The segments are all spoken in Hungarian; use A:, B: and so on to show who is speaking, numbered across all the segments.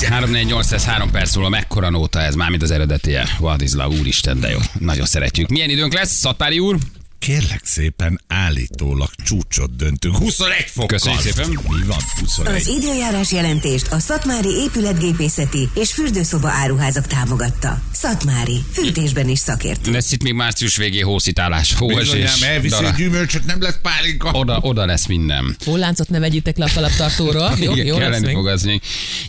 A: 348 perc múlva mekkora nóta ez, mármint az eredetie. Vadizlav, úristen, de jó. Nagyon szeretjük. Milyen időnk lesz, Szatmári úr?
B: Kérlek szépen, állítólag csúcsot döntünk. 21 fokkal.
A: Köszönjük szépen.
B: Mi van? 21.
C: Az időjárás jelentést a Szatmári épületgépészeti és fürdőszoba áruházak támogatta. Szatmári, fűtésben is szakért.
A: Lesz itt még március végé hószitálás, hóesés.
B: Bizonyám, elviszi a
A: dara-
B: gyümölcsöt, nem lesz pálinka.
A: Oda, oda lesz minden.
D: Holláncot ne vegyítek le a kalaptartóról. Jó,
A: Hát Igen,
D: jó lesz
A: kelleni
D: még.
A: fog az még.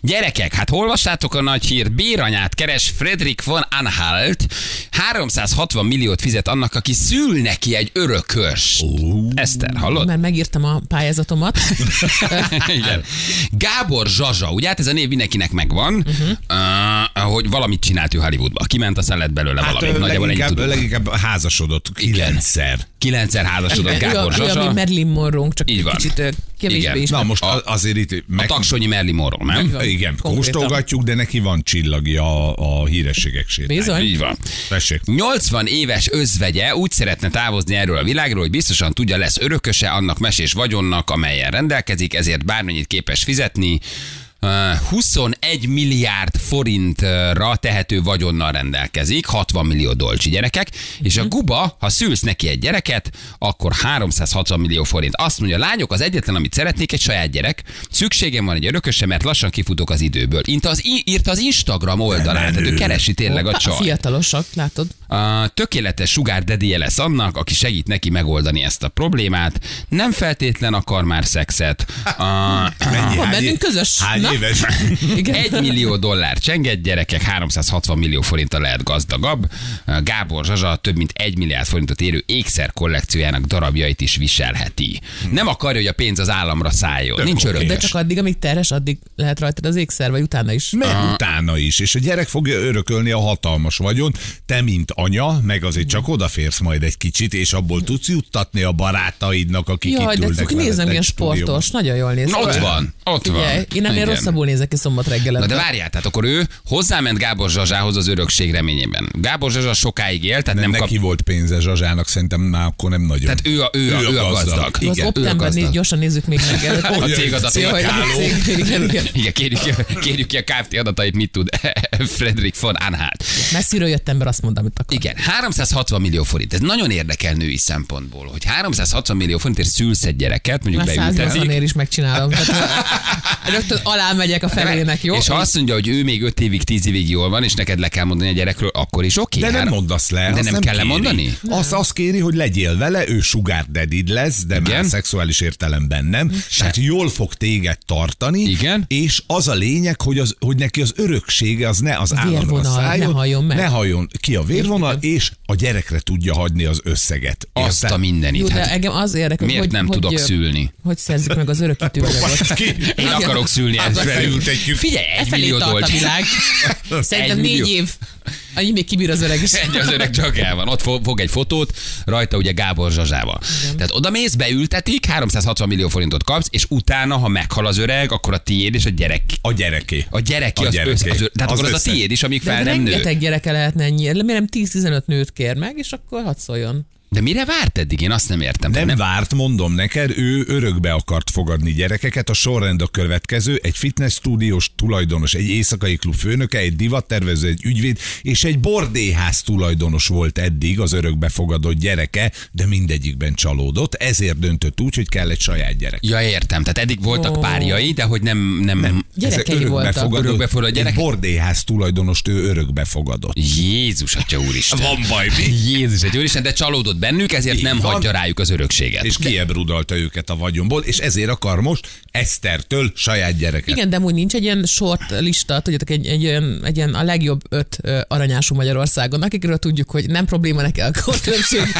A: Gyerekek, hát olvastátok a nagy hír, béranyát keres Fredrik von Anhalt, 360 milliót fizet annak, aki szül neki egy örökös. Oh. Eszter, hallod?
D: Már megírtam a pályázatomat.
A: Igen. Gábor Zsazsa, ugye hát ez a név mindenkinek megvan, uh-huh. uh, hogy valamit csinált ő Hollywoodba. Kiment, aztán lett belőle
B: Hát
A: valamit.
B: ő
A: Nagyjából ennyit
B: leginkább,
A: tudunk.
B: leginkább házasodott kilencszer.
A: Kilencszer házasodott
D: Ő a-
A: Gábor
D: ő a mi
A: Zsazsa.
D: Marilyn Monroe-nk, csak
A: Így
D: egy
A: van.
D: kicsit ö,
A: Igen.
D: kevésbé is.
B: Na most a, azért itt
A: A
B: meg,
A: taksonyi Merli Moron, nem?
D: van.
B: igen,
D: Konkrétan.
B: kóstolgatjuk, de neki van csillagja a, a hírességek sétány.
D: Bizony.
A: Így van.
B: Tessék.
A: 80 éves özvegye úgy szeretne távozni erről a világról, hogy biztosan tudja, lesz örököse annak mesés vagyonnak, amelyen rendelkezik, ezért bármennyit képes fizetni. Ö, 21 milliárd forintra tehető vagyonnal rendelkezik, 60 millió dolcsi gyerekek, és a guba, ha szülsz neki egy gyereket, akkor 360 millió forint. Azt mondja, lányok, az egyetlen, amit szeretnék, egy saját gyerek. Szükségem van egy örököse, mert lassan kifutok az időből. Írta az, írta az Instagram oldalán, tehát ő keresi tényleg a
D: Hoppá,
A: csaj.
D: Fiatalosak, látod?
A: A tökéletes sugár dedie lesz annak, aki segít neki megoldani ezt a problémát. Nem feltétlen akar már szexet. A,
B: Mennyi,
D: Van
B: hány
D: bennünk
B: é-
D: közös.
B: Hány
D: Na.
B: éves?
D: Igen.
A: egy millió dollár csenget gyerekek, 360 millió forinttal lehet gazdagabb. Gábor Zsazsa több mint egy milliárd forintot érő ékszer kollekciójának darabjait is viselheti. Nem akarja, hogy a pénz az államra szálljon. Nincs
B: oké.
A: örökös.
D: De csak addig, amíg terhes, addig lehet rajtad az ékszer, vagy utána is.
B: Mert utána is. És a gyerek fogja örökölni a hatalmas vagyont. Te, mint anya, meg azért csak odaférsz majd egy kicsit, és abból tudsz juttatni a barátaidnak, akik
D: Jaj,
B: itt
D: de
B: ülnek
D: cuki,
B: veled
D: nézem,
B: egy
D: milyen
B: stúdióban.
D: sportos. Nagyon jól néz
A: Na,
D: ki.
A: ott van, ott van.
D: Figyelj, én ennél
A: Igen.
D: rosszabbul nézek ki szombat
A: Na de
D: reggelente.
A: várjál, tehát akkor ő hozzáment Gábor Zsazsához az örökség reményében. Gábor Zsazsa sokáig élt, tehát
B: Nem
A: nem,
B: neki
A: kap...
B: volt pénze Zsazsának, szerintem már akkor nem nagyon.
A: Tehát Hát ő a, ő a, ő a gazdag.
D: Na, Az
A: ő a
D: optemben
A: gazdag.
D: négy, gyorsan nézzük még meg előtt.
A: A
B: Jaj,
A: cég adatai.
D: Jó, hogy a cég- igen, igen.
A: Igen, kérjük, kérjük ki a Kft. adatait, mit tud Fredrik von Anhalt.
D: Messziről jött ember, azt mondta, amit akar.
A: Igen, 360 millió forint. Ez nagyon érdekel női szempontból, hogy 360 millió forintért szülsz egy gyereket, mondjuk
D: Már
A: beültetik.
D: 180 is megcsinálom. Tehát, rögtön alá megyek a felének, jó?
A: És ha azt mondja, hogy ő még 5 évig, 10 évig jól van, és neked le kell mondani a gyerekről, akkor is oké.
B: De nem
A: Három-
B: mondasz le.
A: Hát, De
B: azt
A: nem kell
B: kéri.
A: lemondani?
B: Azt, azt kéri, hogy legyél vele, ő sugar daddy lesz, de
A: Igen.
B: már szexuális értelemben nem.
D: Hm.
B: Tehát jól fog téged tartani.
A: Igen.
B: És az a lényeg, hogy, az, hogy neki az öröksége az ne az államra
D: vérvonal, ne
B: szálljon.
D: halljon meg.
B: Ne halljon ki a vérvonal, és a gyerekre tudja hagyni az összeget.
A: Azt a
D: Jó,
A: mindenit.
D: de
A: Hát,
D: engem az érdekel,
A: miért
D: hogy,
A: nem
D: hogy,
A: tudok
D: ö,
A: szülni?
D: Hogy szerzik meg az örökítő anyagot?
B: Ki?
A: én
D: Igen.
A: akarok szülni
D: Hát,
A: ezzel.
B: felültetjük.
A: Figyelj, egy
D: Efelé
A: millió
D: tart a
A: dolcsi.
D: világ. Szerintem
A: Egy millió.
D: négy év. Annyi még kibír az öreg is.
A: Egy az öreg csak el van. Ott fo- fog egy fotót, rajta ugye Gábor Zsazsával. Tehát oda mész, beültetik, 360 millió forintot kapsz, és utána, ha meghal az öreg, akkor a tiéd és a gyerek.
B: A gyereké.
A: A gyereki,
B: A
A: az,
B: gyereké.
A: össze, az, ö- tehát
B: Az
A: akkor az a
B: össze.
A: tiéd is, amíg
D: De
A: fel nem nő.
D: rengeteg gyereke lehetne ennyi. Miért nem 10-15 nőt kér meg, és akkor hadd szóljon.
A: De mire várt eddig? Én azt nem értem.
B: Nem,
A: nem
B: nem várt, mondom neked, ő örökbe akart fogadni gyerekeket, a sorrend a következő, egy fitness stúdiós tulajdonos, egy éjszakai klub főnöke, egy divattervező, egy ügyvéd, és egy bordéház tulajdonos volt eddig az örökbe fogadott gyereke, de mindegyikben csalódott, ezért döntött úgy, hogy kell egy saját gyerek.
A: Ja, értem. Tehát eddig voltak
D: Ó.
A: párjai, de hogy nem... nem, nem.
D: Gyerekei voltak.
A: Örökbe fogadott
B: egy
A: gyerek.
B: bordéház tulajdonost ő örökbe fogadott.
A: Jézus, atya úristen.
B: Van baj, mi?
A: Jézus, atya úristen, de csalódott bennük, ezért
B: Így
A: nem
B: van.
A: hagyja rájuk az örökséget.
B: És kiebrudalta őket a vagyonból, és ezért akar most Esztertől saját gyereket.
D: Igen, de amúgy nincs egy ilyen short lista, tudjátok, egy, egy, olyan, egy ilyen a legjobb öt ö, aranyású Magyarországon, akikről tudjuk, hogy nem probléma neki a különbség.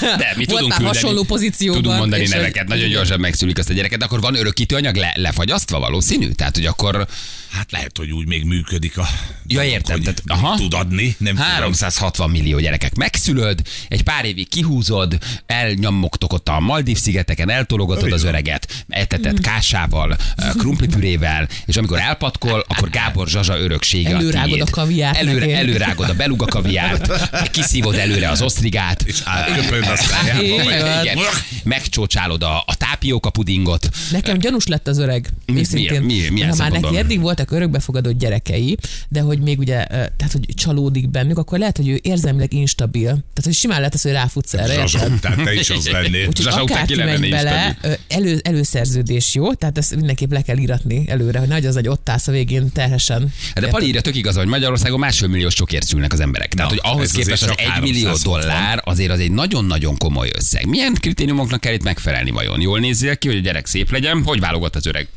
A: De mi
D: Volt
A: tudunk
D: már
A: küldeni,
D: hasonló pozícióban.
A: Tudunk mondani
D: és egy-
A: neveket, nagyon gyorsan megszülik azt a gyereket, de akkor van örökítő anyag le, lefagyasztva valószínű? Tehát, hogy akkor
B: Hát lehet, hogy úgy még működik a...
A: Ja, értem,
B: Hogy
A: tehát-
B: nem
A: aha.
B: Tud adni, nem tud adni.
A: 360 millió gyerekek megszülöd, egy pár évig kihúzod, kihúzod, elnyomogtok ott a Maldív-szigeteken, eltologatod az öreget,
D: Mhm.
A: etetett kásával, ö, krumplipürével, és amikor elpatkol, akkor Gábor Zsazsa öröksége
D: Előrágod
A: tiéd.
D: a kaviárt
A: Előre,
D: neki.
A: előrágod a beluga kaviárt, kiszívod előre az osztrigát,
B: És átköpöd a
D: Így
B: szájába.
D: van.
A: igen, megcsócsálod a, a tápióka pudingot.
D: Nekem gyanús lett az öreg.
A: Mi-
D: őszintén.
A: mi- mi- milyen
D: ha már
A: szempontból?
D: neki eddig voltak örökbefogadott gyerekei, de hogy még ugye, ö, tehát hogy csalódik bennük, akkor lehet, hogy ő érzelmileg instabil. Tehát, hogy simán lehet az, hogy ráfutsz erre. érted?
B: Zsazsó, tehát te is az lennél.
A: Úgy-
D: Úgyhogy
A: Zsazsa után ki
D: akárki
A: lenne
D: megy
A: négy
D: bele, ö, elő, előszerződés jó, tehát ezt mindenképp le kell íratni előre, hogy nagy az, hogy ott állsz a végén terhesen.
A: Hát De Pali írja tök igaz, hogy Magyarországon másfél milliós csokért szülnek az emberek. Tehát,
B: Na,
A: hogy ahhoz
B: ez azért
A: képest az
B: csak
A: egy millió
B: 360.
A: dollár azért az egy nagyon-nagyon komoly összeg. Milyen kritériumoknak kell itt megfelelni vajon? Jól nézzél ki, hogy a gyerek szép legyen, hogy válogat az öreg?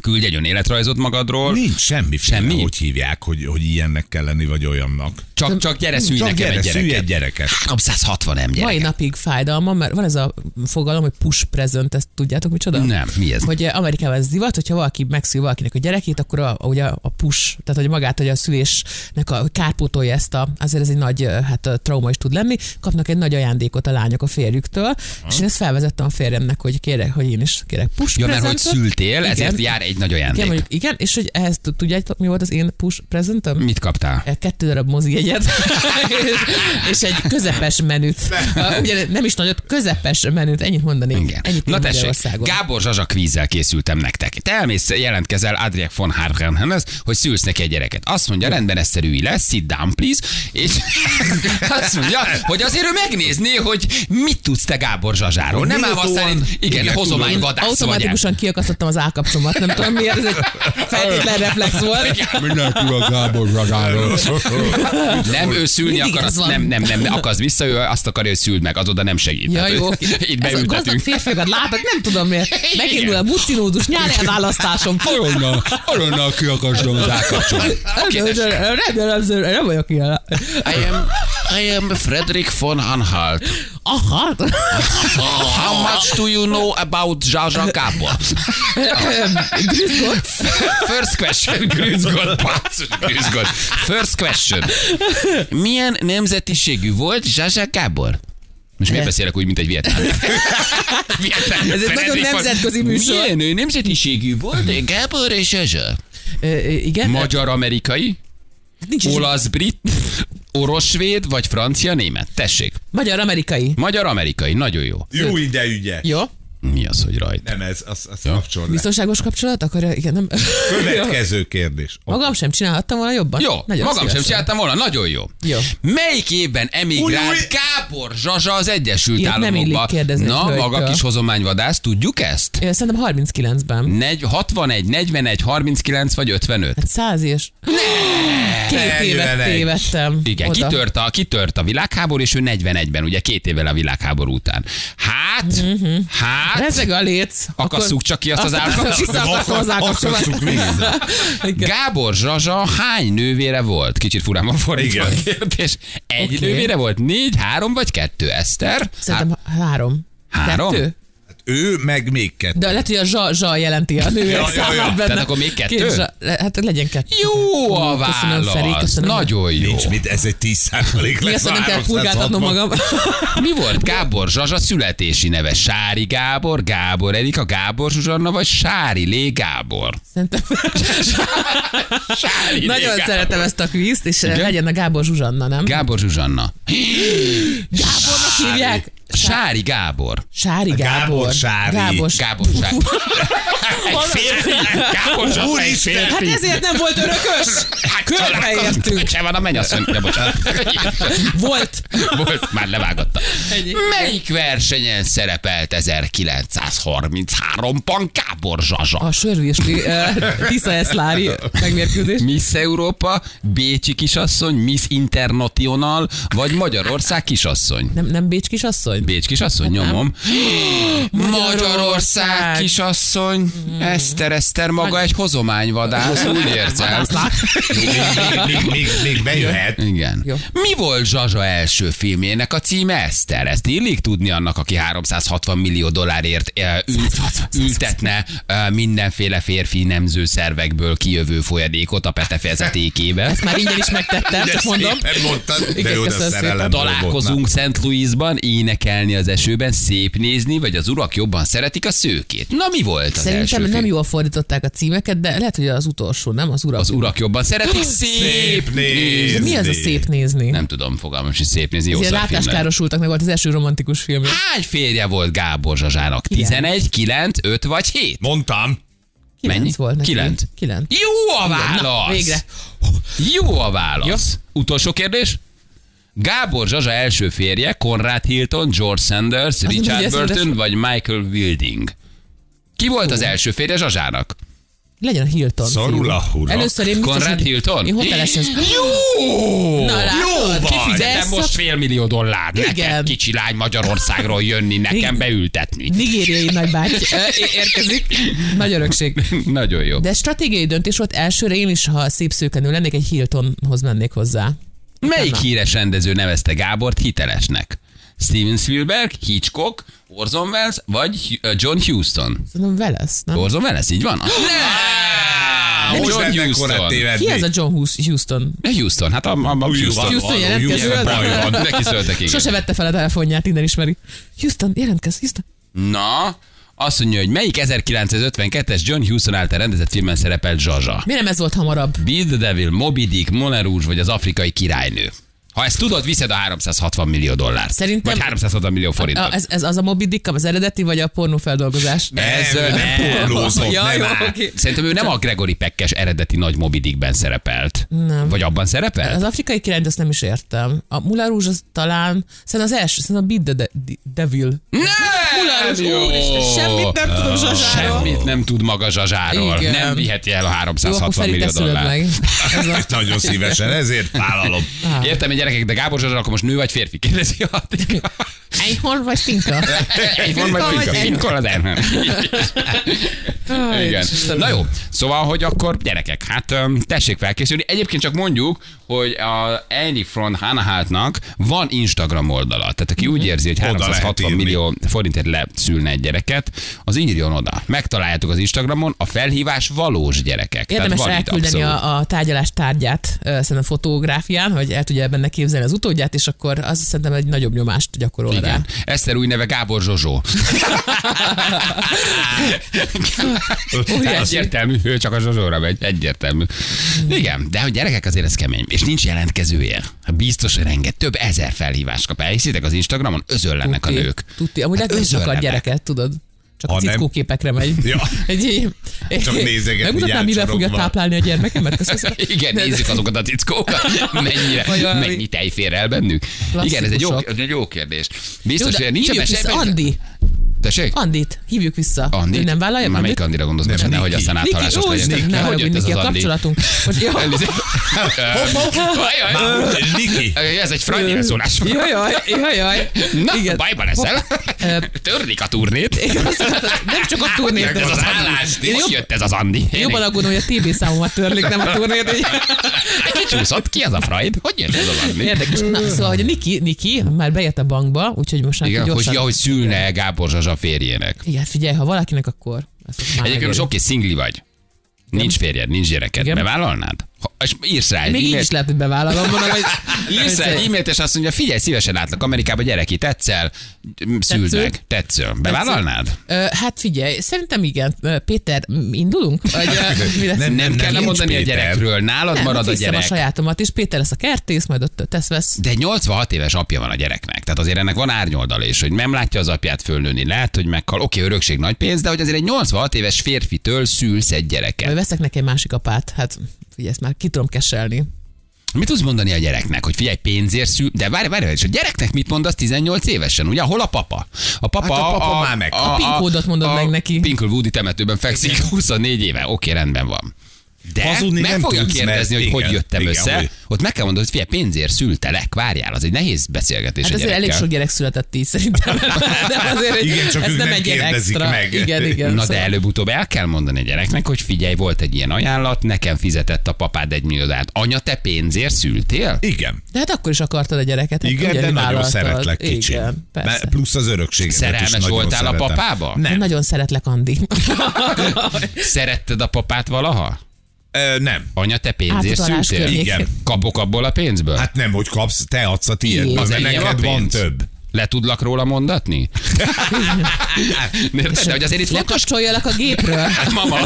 A: Küldj egy önéletrajzot magadról,
B: Nincs semmi,
A: Semmi?
B: semmi. Hogy hívják, hogy, hogy ilyennek kell lenni, vagy olyannak.
A: csak, csak gyere szülj
B: Csak
A: nekem
B: gyere,
A: egy
B: szülj
A: gyereket.
B: egy gyereket.
A: 360 nem
D: Mai
A: gyerek.
D: napig fájdalma, mert van ez a fogalom, hogy push present, ezt tudjátok micsoda?
A: Nem, mi ez?
D: Hogy eh, Amerikában ez divat, hogyha valaki megszül valakinek a gyerekét, akkor a, ugye a push, tehát hogy magát, hogy a szülésnek a hogy kárpótolja ezt a, azért ez egy nagy eh, hát, eh, trauma is tud lenni, kapnak egy nagy ajándékot a lányok a férjüktől, és én ezt felvezettem a férjemnek, hogy kérek, hogy én is kérek push
A: Ja, mert hogy
D: presentet.
A: szültél, ezért
D: Igen.
A: jár egy nagy
D: Igen,
A: ajándék.
D: mondjuk, igen, és hogy ehhez tud- tudjátok, mi volt az én push presentem?
A: Mit kaptál?
D: kettő darab mozi jegyet, és, és egy közepes menüt. Uh, Ugye nem is nagyot, közepes menüt, ennyit mondani.
A: Igen.
D: Ennyit
A: Na
D: Na
A: tessék,
D: Magyarországon.
A: Gábor Zsazsa kvízzel készültem nektek. Te elmész, jelentkezel Adriek von Harkenhenhez, hogy szülsz neki egy gyereket. Azt mondja, rendben ezt szerűi lesz, sit down please, és azt mondja, hogy azért ő megnézné, hogy mit tudsz te Gábor Zsazsáról. Nem ám aztán,
B: Méltóan-
A: itt- igen,
B: igen,
A: hozományvadász vagy.
D: Automatikusan kiakasztottam az állkapcsomat, nem tudom miért, ez egy feltétlen reflex volt.
B: Mindent tud a Gábor Zsagáról.
A: Nem, ő szülni
D: Mindig
A: akar,
D: ez
A: azt,
D: van.
A: nem, nem, nem, ne akaszd vissza, ő azt akarja, hogy szüld meg, az oda nem segít.
D: Ja,
A: Tehát,
D: jó.
A: Itt
D: Ez a gazdag
A: beültetünk.
D: férfiakat látok, nem tudom miért. Megindul a bucinódus nyári elválasztásom.
B: Aronnal, aronnal kiakasdom az állkapcsolat.
D: Nem vagyok ilyen.
A: I am, I am Frederick von Anhalt.
D: Aha.
A: How much do you know about Zsa Zsa Gábor?
D: Grüszgott.
A: First question, grüzgott, basszus, grüzgott. First question. Milyen nemzetiségű volt Zsazsa Gábor? Most miért beszélek úgy, mint egy vietnám? Vietnám-
D: Eh. Ez egy nagyon
A: Frederick von-
D: nemzetközi műsor. Mhm.
A: Milyen ő nemzetiségű volt Gábor és Zsazsa?
D: Ö, ö, Igen?
A: Magyar-amerikai,
D: Nincs is-
A: olasz-brit, orosz-svéd vagy francia-német? Tessék,
D: Magyar-amerikai.
A: magyar-amerikai, nagyon jó.
B: Jó ide, ügye.
D: Jó?
A: Mi az, hogy rajta?
B: Nem, ez, az, az kapcsol le.
D: Biztonságos kapcsolat? Akarja? Igen, nem.
B: Következő kérdés.
D: Jó. Magam sem csinálhattam volna jobban.
A: Jó,
D: Nagyon
A: magam sem
D: szívesen.
A: csináltam volna, nagyon jó.
D: Jó.
A: Melyik évben emigrált
B: Új, új.
A: Gábor Zsazsa az Egyesült
D: Ilyet nem
A: Államokba?
D: illik kérdezni egy
A: Na,
D: hölgytől.
A: maga kis hozományvadász, tudjuk ezt?
D: Ö, Szerintem 39-ben.
A: Negy, 61, 41, 39 vagy 55?
D: Hát száz és... Két évet
B: 41.
D: tévedtem.
A: Igen,
D: oda.
A: kitört a, kitört a világháború, és ő 41-ben, ugye két évvel a világháború után. Hát, hát,
D: Mhm. Rezeg a léc.
A: akasszuk
D: akkor-
A: csak ki azt az
D: Vissza
A: állapot.
D: akartam az állkapcsomat.
B: Akasszuk vissza.
D: Igen.
A: Gábor Zsazsa hány nővére volt? Kicsit furán van fordítva a
B: Igen.
A: kérdés. Egy
D: Oké.
A: nővére volt? Négy, három vagy kettő? Eszter?
D: Szerintem három.
A: Hát- Három?
D: Kettő?
B: Ő meg még kettő.
D: De lehet, hogy a zsa, zsa jelenti a női
B: Ja, ja, ja.
D: számát benne.
A: Tehát akkor még kettő?
D: Két zsa, le- hát legyen kettő.
A: Jó a
D: Köszönöm, Feri,
A: válasz.
D: köszönöm.
A: Nagyon jó.
B: Nincs mit, ez egy 10 százalék
D: Mi
B: lesz.
D: azt nem kell
B: 360.
D: purgáltatnom magam.
A: Mi volt Gábor Zsazsa születési neve? Sári Gábor, Gábor Erika, Gábor Zsuzsanna vagy Sári Lé Gábor?
D: Szerintem
A: Sári Lé
D: nagyon
A: Gábor.
D: szeretem ezt a kvízt, és
A: Igen?
D: legyen a Gábor Zsuzsanna, nem?
A: Gábor Zsuzsanna.
D: Gábornak hívják?
A: Sári Gábor.
D: Sári Gábor.
B: Gábor Sári.
D: Gábor Sári.
A: Gábor Sári. Egy férfi. Gábor Zsuzsanna, egy
B: Úristen!
A: férfi.
D: Hát ezért nem volt örökös.
A: Hát
D: Körbe
A: családban
D: értünk.
A: Se van a mennyasszony. Ja, bocsánat.
D: Volt.
A: Volt, már levágatta.
D: Ennyi.
A: Melyik versenyen szerepelt 1933-ban Gábor Zsazsa?
D: A sörvisli uh, Tisza Eszlári megmérkőzés.
A: Miss Európa, Bécsi kisasszony, Miss International, vagy Magyarország kisasszony?
D: Nem, nem Bécs kisasszony?
A: Bécs kisasszony,
D: nem.
A: nyomom. Magyarország
D: Magyarország. Hmm.
A: kisasszony, Eszter, Eszter maga egy hozományvadász, úgy érzem.
B: Még, még, még, még bejöhet.
A: Igen.
D: Jó.
A: Mi volt Zsazsa első filmjének a címe Eszter? Ezt illik tudni annak, aki 360 millió dollárért eh, ül- ültetne eh, mindenféle férfi nemzőszervekből kijövő folyadékot a petefezetékébe.
D: Ezt már ingyen is megtettem, csak mondom.
B: Szépen mondtad, de
D: Igen,
B: jó, de
D: köszönöm szépen.
B: szerelem
A: Találkozunk St. Louisban, énekelni az esőben, szép nézni, vagy az urak jobban szeretik a szőkét? Na mi volt az
D: Szerintem
A: első
D: nem
A: film?
D: jól fordították a címeket, de lehet, hogy az utolsó, nem? Az urak.
A: Az urak jobban szeretik szép
D: De
A: nézni.
D: mi az a szép nézni?
A: Nem tudom, fogalmam sincs szép nézni. Jó
D: Ez ilyen
A: szar film lenne.
D: látáskárosultaknak volt az első romantikus film.
A: Hány férje volt Gábor Zsazsának?
D: Kilenc.
A: 11, 9, 5 vagy 7?
B: Mondtam.
D: Kilenc
A: Mennyi?
D: volt neki.
A: Kilenc.
D: Kilenc.
A: Jó a válasz!
D: Na, végre.
A: Jó a válasz. Utolsó kérdés? Gábor Zsazsa első férje, Konrad Hilton, George Sanders,
D: mondja,
A: Richard
D: hogy ezt
A: Burton
D: mondod.
A: vagy Michael Wilding? Ki volt az első férje Zsazsának?
D: Legyen a Hilton
B: Szarul
D: film.
B: a hurak.
D: Először én biztos,
A: Konrad
D: hogy-
A: Hilton?
D: Én hoteles ez.
A: Jó!
D: Na, látod,
A: Jó vagy!
D: kifizetsz
A: Kifizetem most
D: a-
A: fél millió dollár neked,
D: Igen.
A: kicsi lány Magyarországról jönni, nekem
D: Igen.
A: beültetni.
D: Nigériai nagybáty érkezik. Nagy örökség.
A: Nagyon jó.
D: De stratégiai döntés volt elsőre, én is, ha szép szőkenő lennék, egy Hiltonhoz mennék hozzá.
A: Melyik
D: Utána.
A: híres rendező nevezte Gábort hitelesnek? Steven Spielberg, Hitchcock, Orson Welles vagy ö, John Huston?
D: Szerintem Velesz, nem?
A: Orson Welles, így van? Nem!
B: Hogy
A: John
B: lenne korán
A: Huston.
B: tévedni?
D: Ki ez a John Hus- Houston?
A: Houston, hát a, a, a Houston.
D: Houston
B: Való,
D: jelentkező?
B: Houston baj van.
A: Neki szöltek, igen.
D: Sose vette fel a telefonját, innen ismeri. Houston, jelentkez, Houston.
A: Na, azt mondja, hogy melyik 1952-es John Huston által rendezett filmben szerepelt Zsazsa?
D: Miért nem ez volt hamarabb?
A: Bill the Devil, Moby Dick, Moulin Rouge vagy az afrikai királynő? Ha ezt tudod, viszed a 360 millió dollár.
D: Szerintem-
A: Vagy 360 millió forintot.
D: A, ez, ez, az a Moby Dick, az eredeti, vagy a pornófeldolgozás?
A: Ez,
B: Nem,
A: ö,
B: nem pornózott,
D: Ja,
B: nem
D: jó,
B: áll.
D: oké.
A: Szerintem ő nem a Gregory Pekkes eredeti nagy Moby Dickben szerepelt.
D: Nem.
A: Vagy abban szerepelt?
D: Az afrikai királyt azt nem is értem. A Moulin Rouge az talán, szerintem az első, szerintem a Bid the de- de- Devil.
A: nem!
D: Mulárus, úristen, semmit nem tudok Zsazsáról.
A: Semmit nem tud maga Zsazsáról.
D: Igen.
A: Nem viheti el a
D: Jó, akkor
A: 360
D: Feri, te
A: millió
D: szülöd
A: dollár.
D: meg. Ez a...
B: Nagyon szívesen, ezért vállalom.
A: Értem, hogy gyerekek, de Gábor Zsazsa, akkor most nő vagy férfi? Kérdezi a Atika.
D: Einhorn vagy Finka?
A: Egy van meg
D: Finka
A: finka.
D: vagy
A: Finka az Ermen. Igen. Na jó, szóval, hogy akkor gyerekek, hát öm, tessék felkészülni. Egyébként csak mondjuk, hogy a Annie from Hanahaltnak van Instagram oldala. Tehát aki úgy érzi, hogy
B: Oda lehet
A: 360
B: írni.
A: millió forintért leszülne egy gyereket, az írjon oda. Megtaláljátok az Instagramon, a felhívás valós gyerekek.
D: Érdemes
A: Tehát van itt
D: elküldeni
A: abszolút.
D: a, a tárgyalás tárgyát, ö, szerintem fotográfián, hogy el tudja benne képzelni az utódját, és akkor az szerintem egy nagyobb nyomást gyakorol rá.
A: Igen. Eszter új neve Gábor Zsozsó. Hát Egyértelmű, ő csak a Zsozsóra megy, egyértelmű. Igen, de hogy gyerekek azért ez kemény, és nincs jelentkezője. Hát Biztos, hogy renget, több ezer felhívást kap. Elhiszitek az Instagramon, özöllenek a
D: Tuti.
A: nők.
D: Tuti. Amúgy
A: Hát
D: hát lehet, hogy nem akar
A: özöllenek.
D: gyereket, tudod? Csak
B: Ha
D: a
B: nem-
D: cickó képekre megy.
B: Ja.
D: Egy,
B: Csak nézegetni
D: Megmutatnám, mivel fogja
B: gyárcsorogva.
D: táplálni a gyermekemet? Köszönöm.
A: Igen, nézzük azokat a tickókat,
D: Vagy
A: mennyire,
D: valami-
A: mennyi tej fér el bennük. Igen, ez egy jó,
D: Klasszikusok.
A: ez egy jó kérdés.
D: Jó,
A: Biztos,
D: de
A: hogy nincs
D: hívjuk vissza Andi.
A: Tessék?
D: Andit, hívjuk vissza.
A: Andi?
D: Ő nem vállalja?
A: Már
D: Andit?
A: melyik Andira gondolsz, most nehogy aztán áthalásos
D: Niki,
A: legyen.
D: úristen, ne
A: Hogy
D: haragudj,
A: jött ez
D: Niki,
A: az
D: a
A: Andi?
D: kapcsolatunk. Most, jó,
A: Ajaj.
B: Niki.
A: Ajaj, Ez egy franyelszólás.
D: jaj, jaj, jaj, jaj.
A: Na,
D: Igen.
A: bajban leszel. Törlik a turnét.
D: Igen, azt akartam, Nem csak a turnét,
A: Jött ez az állás. Hogy jött ez az Andi? Én
D: Jobban aggódom, hogy a TB számomat törlik, nem a turnét. így-
A: Kicsúszott ki az a Freud? Hogy jött ez az Andi?
D: Érdekes. Na, szóval, hogy Niki, Niki már bejött a bankba, úgyhogy most már
A: Igen, hogy,
D: gyorsan...
A: ja, hogy szülne Gábor Zsazsa férjének.
D: Igen, figyelj, ha valakinek, akkor... ezt most már
A: Egyébként most
D: megéri.
A: oké, szingli vagy. Nincs férjed, nincs gyereked.
D: Igen.
A: Bevállalnád? Ha, és írsz rá egy
D: Még így
A: e-mailt.
D: is lehet, hogy bevállalom, mondom, hogy...
A: Írsz egy e-mailt, és azt mondja, figyelj, szívesen látlak Amerikába, gyereki, tetszel, szüld
D: Tetsző.
A: meg, tetsző. Bevállalnád?
D: Ö, Hát figyelj, szerintem igen. Ö, Péter, m- indulunk? Vagy, ö, mi lesz?
B: Nem,
A: Nem kell
B: nincs
A: lemondani a
B: Péter.
A: gyerekről, nálad
D: Nem,
A: marad a
D: viszem a
A: gyerek.
D: sajátomat is. Péter lesz a kertész, majd ott tesz-vesz.
A: De 86 éves apja van a gyereknek, tehát azért ennek van árnyoldal is, hogy nem látja az apját fölnőni, lehet, hogy meghal, oké, örökség nagy pénz, de hogy azért egy 86 éves férfitől szülsz egy gyereket.
D: Majd veszek neki egy másik apát. Hát figyelj, ezt már ki tudom keselni.
A: Mit tudsz mondani a gyereknek, hogy figyelj, pénzért szül, de várj, várj, várj, és a gyereknek mit mondasz 18 évesen, ugye, hol a papa? A papa,
B: Hát a papa már meg-
D: A PIN kódot mondod meg neki.
A: Pinklewoodi temetőben fekszik 24 éve, oké, rendben van. De
B: Hazudni
A: meg
B: nem
A: fogja
B: tudsz,
A: kérdezni,
B: mert
A: hogy hogy
B: igen,
A: jöttem
B: igen,
A: össze.
B: hogy-
A: Ott meg kell mondod, hogy figyelj, pénzért szültelek, várjál, az egy nehéz beszélgetés
D: Hát
A: a
D: azért elég
A: gyerekkel.
D: sok gyerek született így szerintem. De azért, hogy
B: Igen, csak
D: ez
B: ők
D: nem
B: nem
D: egy ilyen
B: kérdezik
D: extra.
B: meg.
D: Igen, igen. szóval-
A: Na de előbb-utóbb el kell mondani a gyereknek, hogy figyelj, volt egy ilyen ajánlat, nekem fizetett a papád egy milliót. Anya, te pénzért szültél?
B: Igen.
D: De hát akkor is akartad a gyereket. Hát
B: Igen,
D: ugye,
B: de
D: hogy
B: nagyon
D: vállaltad.
B: szeretlek kicsim.
D: Igen,
B: Mert
D: persze.
B: Plusz az örökségemet is
A: Szerelmes
B: nagyon
A: voltál a
B: szeretem.
A: papába?
D: Én
B: Nem.
D: nagyon szeretlek, Andi.
A: Szeretted a papát valaha?
B: Ö, nem.
A: Anya, te pénzért
D: Átutalás
A: szültél?
D: környékén.
B: Igen.
A: Kapok abból a pénzből? Hát,
B: Hát nem, hogy kapsz, te adsz a tiédből,
A: Az
B: mert
A: enyém a
B: neked
A: pénz.
B: van több.
A: Le tudlak róla mondatni? De, de, de hogy azért itt fontos, Hát
D: Lekapcsoljalak a gépről.
A: mama.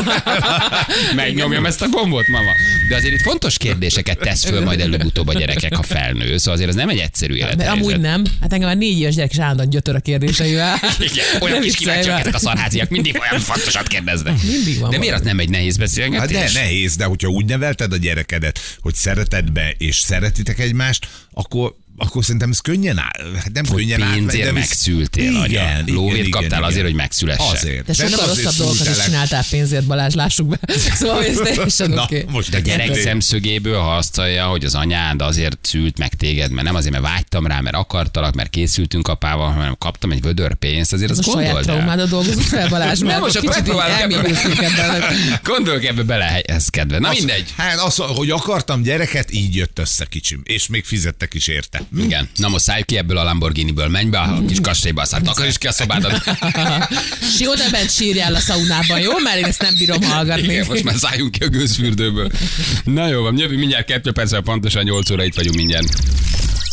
A: Megnyomjam ezt a gombot, mama. De azért itt fontos kérdéseket tesz föl majd előbb-utóbb a gyerekek, ha felnő. Szóval azért ez nem egy egyszerű
D: De
A: élet.
D: amúgy nem. Hát engem már négy éves gyerek is állandóan gyötör a kérdéseivel.
A: Igen, olyan
D: Nem
A: kis
D: viccelj
A: kíváncsiak
D: már.
A: ezek a szarháziak, mindig olyan fontosat kérdeznek.
D: Mindig van
A: De miért
D: valami.
A: az nem egy nehéz
B: Hát
A: beszélgetés?
B: de nehéz, de hogyha úgy nevelted a gyerekedet, hogy szeretetbe és szeretitek egymást, akkor akkor szerintem ez könnyen áll. Hát nem
A: hogy
B: könnyen áll.
A: pénzért megszültél, anya. Lóvét kaptál azért, hogy megszülessen.
B: Azért.
D: Te sokkal rosszabb dolgokat is
B: szültelek.
D: csináltál pénzért, Balázs, lássuk be. Szóval hogy ez teljesen
B: Na,
D: oké. Okay.
B: most
A: De a
B: egy
A: gyerek
B: kérdés.
A: szemszögéből hasztalja, hogy az anyád azért szült meg téged, mert nem azért, mert vágytam rá, mert akartalak, mert készültünk apával, hanem kaptam egy vödör pénzt, azért
D: Ez a
A: azt
D: saját
A: gondold el.
D: traumádat dolgozott fel, Balázs,
A: Nem,
D: mert
A: most akkor
D: kicsit így
A: megpróbálok ebből-
D: elmélyültünk ebben.
A: Gondolok ebbe bele, ez kedve. Na
B: Azt-
A: mindegy.
B: Hát az, hogy akartam gyereket, így jött össze kicsim. És még fizettek is érte.
A: Igen. Na most szállj ki ebből a Lamborghini-ből, menj be a kis kastélyba, aztán takaríts ki a szobádat.
D: Si oda bent sírjál a szaunában, jó? Mert én ezt nem bírom hallgatni.
A: Igen, most már szálljunk ki a gőzfürdőből. Na jó, van, jövő mindjárt kettő perccel pontosan 8 óra itt vagyunk mindjárt.